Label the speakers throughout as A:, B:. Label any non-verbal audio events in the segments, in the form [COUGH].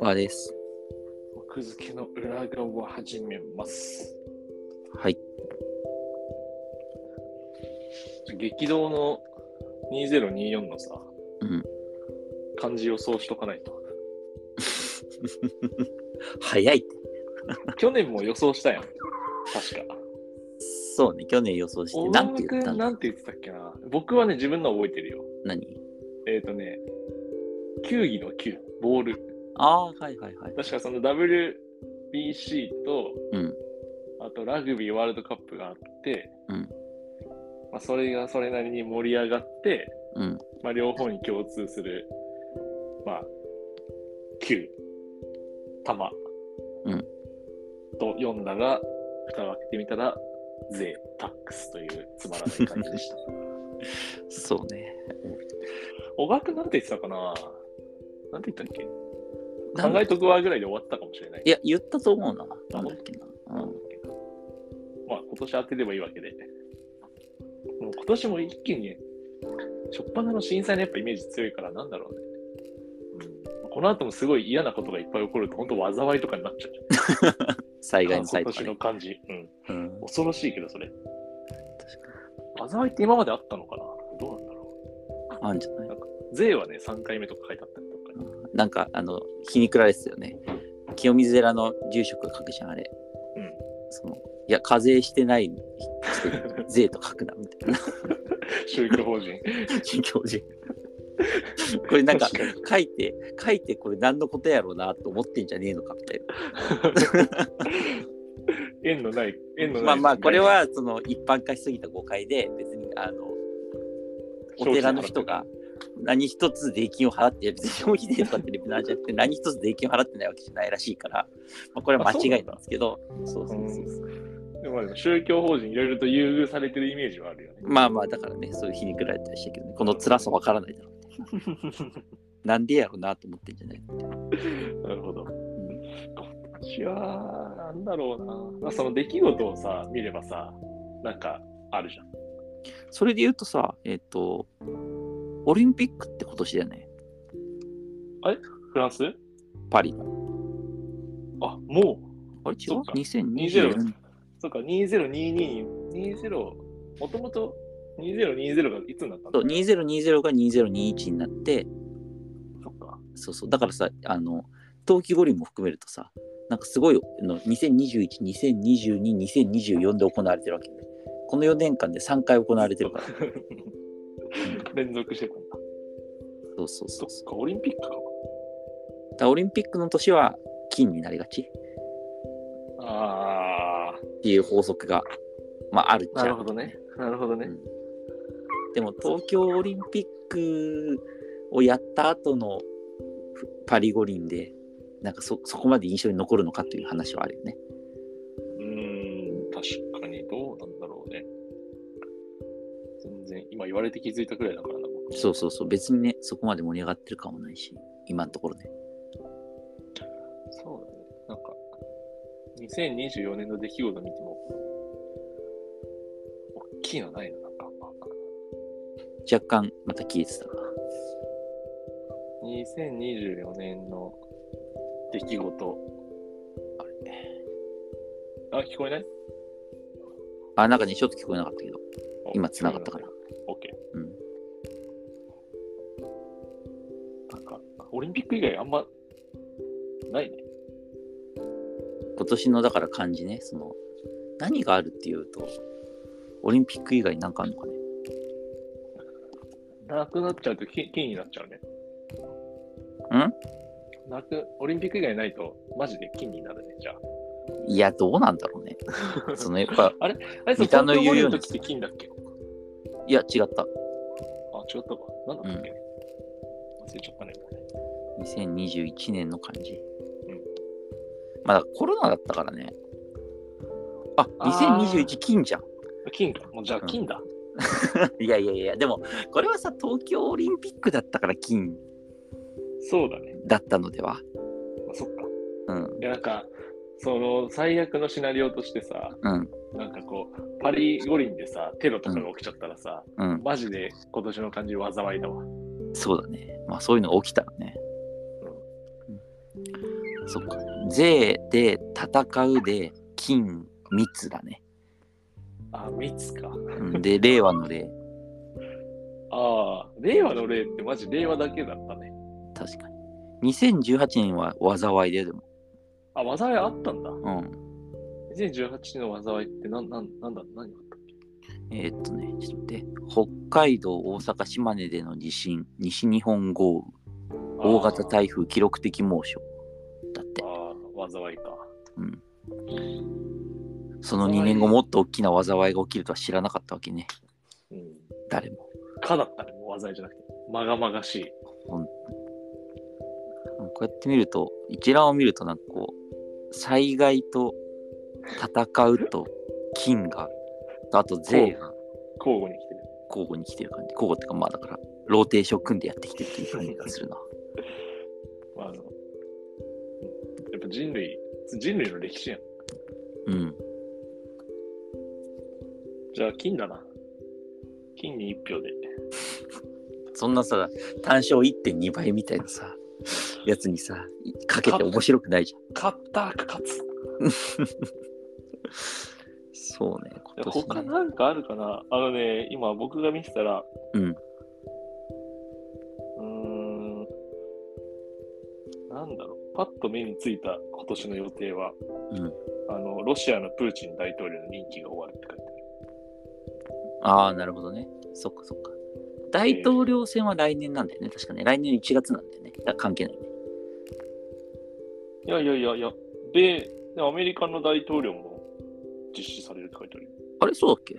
A: わです。
B: 奥付けの裏側始めます。
A: はい。
B: 激動の2024のさ、
A: うん
B: 漢字予想しとかないと。
A: 早いって。
B: 去年も予想したやん。確か。
A: そうね、去年予想して、なんて言った
B: 大山君
A: の
B: なんて言ってたっけな。僕はね、自分のは覚えてるよ。
A: 何
B: えっ、ー、とね、球技の球、ボール。
A: ああー、はいはいはい。
B: 確かその WBC と、
A: うん。
B: あとラグビーワールドカップがあって、
A: うん
B: まあ、それがそれなりに盛り上がって、
A: うん。
B: まあ、両方に共通する、まあ、球、玉、
A: うん
B: と読んだが、蓋を開けてみたら、税、タックスというつまらない感じでした。
A: そうね。
B: 小川君なんて言ってたかななんて言ったっけ
A: なん
B: 考
A: だ
B: えとくわぐらいで終わったかもしれない。
A: いや、言ったと思うな。なんだっけな。
B: な
A: うんん
B: だっけなまあ、今年当てればいいわけで。もう今年も一気に、初っ端の震災のやっぱイメージ強いから、なんだろうね。うん、この後もすごい嫌なことがいっぱい起こると、本当災いとかになっちゃう。
A: 災害の際
B: 今
A: とか
B: 年の
A: ね。
B: 感じ。うん。
A: うん。
B: 恐ろしいけど、それ。災いって今まであったのかなどうなんだろ。
A: あるんじゃないう
B: 税はね、3回目とか書いてあったり
A: [LAUGHS]
B: とか、
A: なんか、あの、皮肉られてたよね。清水寺の住職が書くじゃん、あれ。
B: うん。
A: その、いや、課税してない、して税と書くな、みたいな。
B: 宗教法人。
A: 宗教人。これなんか
B: 確かに
A: 書いて書いてこれ何のことやろうなと思ってんじゃねえのかみたい
B: 縁のない、縁の
A: な
B: ない。
A: まあまあこれ、はその一般化しすぎた誤解で別にあのお寺の人が何一つ税金を払って別に消費税とかってレベルなんじゃなくて何一つ税金を払ってないわけじゃないらしいから、まあ、これは間違いなんですけどそうそうそうそう
B: でもまあでも宗教法人いろいろと優遇されてるイメージはあるよね。 [LAUGHS]
A: まあまあだからねそういう皮肉られたりしたけどねこの辛さわからないだろうなんでやろうなと思ってんじゃない
B: なるほど。今年は、なんだろうな。まあ、その出来事をさ、見ればさ、なんかあるじゃん。
A: それで言うとさえっ、とオリンピックって今年だよね
B: フランス
A: パリの
B: あ、もう、
A: あれ違
B: そうっか
A: ?2020
B: そっか、2022、20、もともと2020がいつになったん
A: そ
B: だ
A: う2020が2021になって
B: そっか。
A: そうそうだからさあの冬季五輪も含めるとさなんかすごいの202120222024で行われてるわけねこの4年間で3回行われてるから
B: [LAUGHS] 連続してたんだ。
A: そうそうそ
B: そうっか、オリンピックか。
A: だからオリンピックの年は金になりがちっ
B: あ
A: ていう法則が、まあ、あるっ
B: あ、
A: ちゃ
B: なるほどね。なるほどね。
A: でも東京オリンピックをやった後のふパリ五輪でなんかそそこまで印象に残るのかという話はあるよね。
B: うーん、確かにどうなんだろうね。全然、今言われて気づいたくらいだからな、僕
A: そうそうそう別にねそこまで盛り上がってる感もないし今のところね。
B: そうだね。なんか、2024年の出来事見ても、大きいのないな、なんか。
A: 若干また消えてたか
B: 2024年の出来事。
A: あれ
B: あ、聞こえない
A: あなんかねちょっと聞こえなかったけど
B: お
A: 今繋がったから。
B: オッケ
A: うん
B: ー。なんか、オリンピック以外あんま、ないね。
A: 今年のだから感じねその何があるっていうとオリンピック以外なんかあるのかね
B: なくなっちゃうと金金になっちゃうね。なく、オリンピック以外ないと、マジで金になるね、じゃあ。
A: いやどうなんだ
B: [LAUGHS]
A: ろうねそのやっぱ
B: あれ、そ
A: 三田の言うような
B: の時って金だっけ
A: いや違った
B: あ、違ったか。なんだったっけ、忘れちゃったね、もうね。
A: 2021年の感じ。
B: うん
A: まあだからコロナだったからね。あ、2021金じゃん。 [LAUGHS]
B: 金か。もうじゃあ
A: うん
B: 金だ。
A: いやいやいや、でもこれはさ、東京オリンピックだったから金
B: そうだね。
A: だったのでは。
B: まあ、そっか。
A: うん。
B: いや、なんか、その、最悪のシナリオとしてさ、
A: うん。
B: なんかこう、パリ五輪でさ、テロとかが起きちゃったらさ、
A: うん、
B: マジで今年の感じ災いだわ。
A: そうだね。まあそういうのが起きたらね。うんそっか。税で戦うで金密だね。
B: あ、密か。
A: うん [LAUGHS] で、令和の例。
B: ああ、令和の例ってマジ令和だけだったね。
A: 確かに。2018年は災いででも。
B: あ、災いあったんだ。
A: うん。
B: 2018の災いってなんなんなんだ何があった
A: えーっとね、ちょっと待って。北海道、大阪、島根での地震、西日本豪雨、大型台風、記録的猛暑。だって
B: あ。ーあー、災いか。
A: うん。その2年後、もっと大きな災いが起きるとは知らなかったわけね。
B: うん。
A: 誰も。
B: かだったね、もう災いじゃなくて。まがまがしい。
A: うんこうやって見ると、一覧を見ると、なんかこう、災害と戦うと金が、あと税が
B: 交互に来てる。
A: 交互に来てる感じ。交互っていうか、まあだから、ローテーション組んでやってきてるという感じがするな。
B: まあ、あの、やっぱ人類、人類の歴史やん。
A: うん。
B: じゃあ、金だな。金に一票で。
A: そんなさ、単勝1.2倍みたいなさ、やつにさ、かけて面白くないじゃん。
B: 勝ったか勝つ。
A: そうね、
B: い
A: 今
B: や
A: 年、ね。
B: 他なんかあるかなあのね、今僕が見てたら、
A: うん。
B: うーん、なんだろう、パッと目についた今年の予定は、
A: うん
B: あのロシアのプーチン大統領の任期が終わるって書いてある。
A: ああ、なるほどね。そっかそっか。大統領選は来年なんだよね、確かね。来年1月なんだよね。だから関係ないね。
B: いやいやいやいや、で、でアメリカの大統領も実施されるって書いてあるよ。
A: あれ、そうだっけい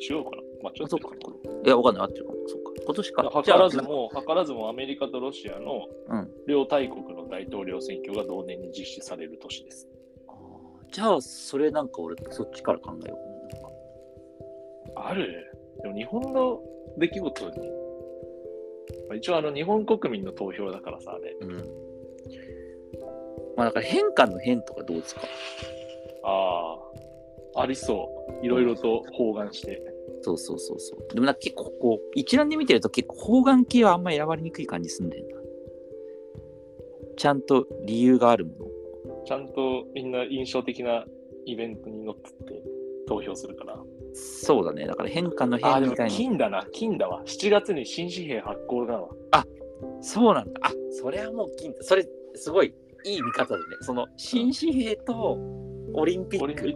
B: じゃあ違うかな間違ってるかな
A: あ
B: これ
A: や、わかんない。あってるかも。そっか。今年か。
B: 図らずも、図らずもアメリカとロシアの
A: うん
B: 両大国の大統領選挙が同年に実施される年です。
A: あーじゃあ、それなんか俺、そっちから考えようなんか。
B: あるでも日本の出来事に、まあ一応あの日本国民の投票だからさ、あれ。
A: うん。まあ、だから変化の変とかどうですか
B: ああ、ありそう。いろいろと包含して。
A: そうそうそうそう。でもなんか結構こう、一覧で見てると結構方眼系はあんま選ばれにくい感じすんだよな。ちゃんと理由があるもの。
B: ちゃんとみんな印象的なイベントに乗っ取って投票するから。
A: そうだね。だから変化の
B: ああ、
A: 変
B: で
A: み
B: も
A: たいな。
B: 金だな、金だわ。7月に新紙幣発行だわ。
A: そうなんだ。あそれはもう金それすごいいい見方だね。その新紙幣とオリンピ
B: これ
A: ック、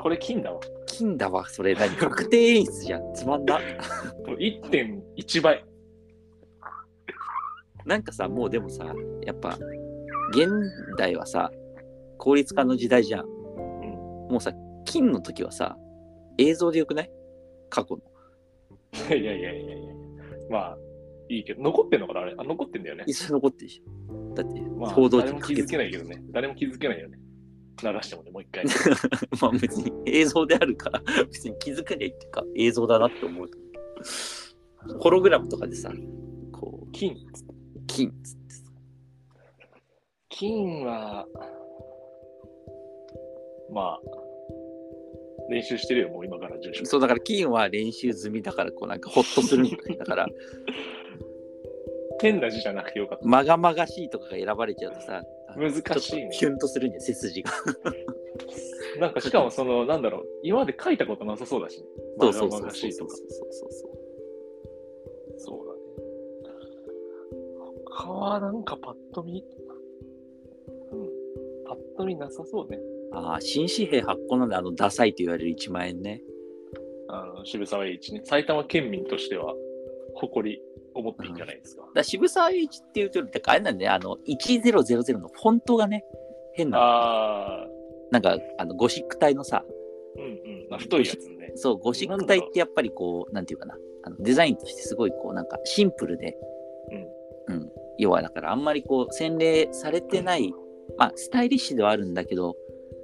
B: これ金だわ。
A: 金だわ。それ何確定演出じゃん。つまんだ。
B: これ1.1倍。 [LAUGHS]
A: なんかさ、もうでもさ、やっぱ現代はさ、効率化の時代じゃん。もうさ、金の時はさ、映像でよくない過去の。
B: いやいやいやいやいや。まあ、いいけど、残ってんのかなあれ。あ、残ってんだよね。
A: 一緒に残ってるでしょ。だって、
B: まあ、
A: 報道
B: 誰
A: 陣
B: も
A: か
B: 気
A: け
B: づ
A: て
B: けないけどね。誰も気づけないよね。流してもね、もう一回。
A: [LAUGHS] まあ別に映像であるから別に気づかないっていうか映像だなって思うホログラムとかでさこ
B: 金。
A: う金っつってさ
B: 金は、まあ、練習してるよ、もう今から住所。
A: そうだから金は練習済みだからこうなんかホッとするみたいなだから
B: 変な字じゃなくてよかっ
A: まがまがしいとかが選ばれちゃうとさ
B: た。難しいね。
A: キュンとするんだよ背筋が
B: なんかしかもその、なんだろう、今まで書いたことなさそうだし、ね。
A: そうそう
B: ま
A: そ
B: あ
A: う
B: まあ
A: そう
B: しい
A: そ
B: と
A: う
B: か。
A: そうそう
B: そうだね。他はなんかパッと見、うん、パッと見なさそうね。
A: ああ新紙幣発行なんであのダサいと言われる1万円ね
B: あの渋沢栄一ね、埼玉県民としては誇りを持っていいんじゃないですか。
A: だから渋沢栄一っていうとだからあれなんだよねあの1000のフォントがね変なの
B: ああ、
A: なんかあのゴシック体のさ
B: うんうん、あ太いやつね。
A: そう、ゴシック体ってやっぱりこう、なんていうかな、あのデザインとしてすごいこう、なんかシンプルで、うん。要はだからあんまりこう、洗礼されてない、まあ、スタイリッシュではあるんだけど、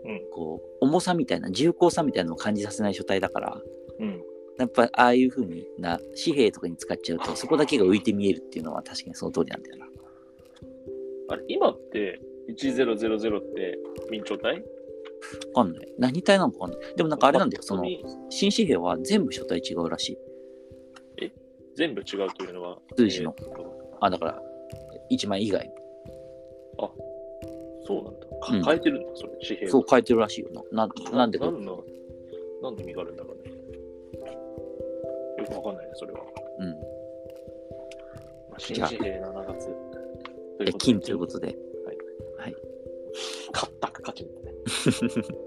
B: うん
A: こう、重さみたいな、重厚さみたいなのを感じさせない書体だから、
B: うん。
A: やっぱああいう風にな、紙幣とかに使っちゃうと、そこだけが浮いて見えるっていうのは確かにその通りなんだよな。
B: あれ、今って1000って明朝体
A: わかんない。何体なのかわかんない。でもなんかあれなんだよ、そ
B: ま
A: の
B: あ本当に
A: 新紙幣は全部書体違うらしい。
B: 全部違うというのは。
A: 数字の
B: えーっと
A: あ、だから、1枚以外。
B: そうなんだ。か
A: うん
B: 変えてるんだ、それ、紙幣を
A: そう変えてるらしいよな。ななんでか
B: な、んの、なんで身があるんだろうね。よくわかんないね、それは。
A: うん。
B: まあ新
A: じゃあ
B: 紙幣7月。
A: で金ということで。
B: カッタクカチンだね。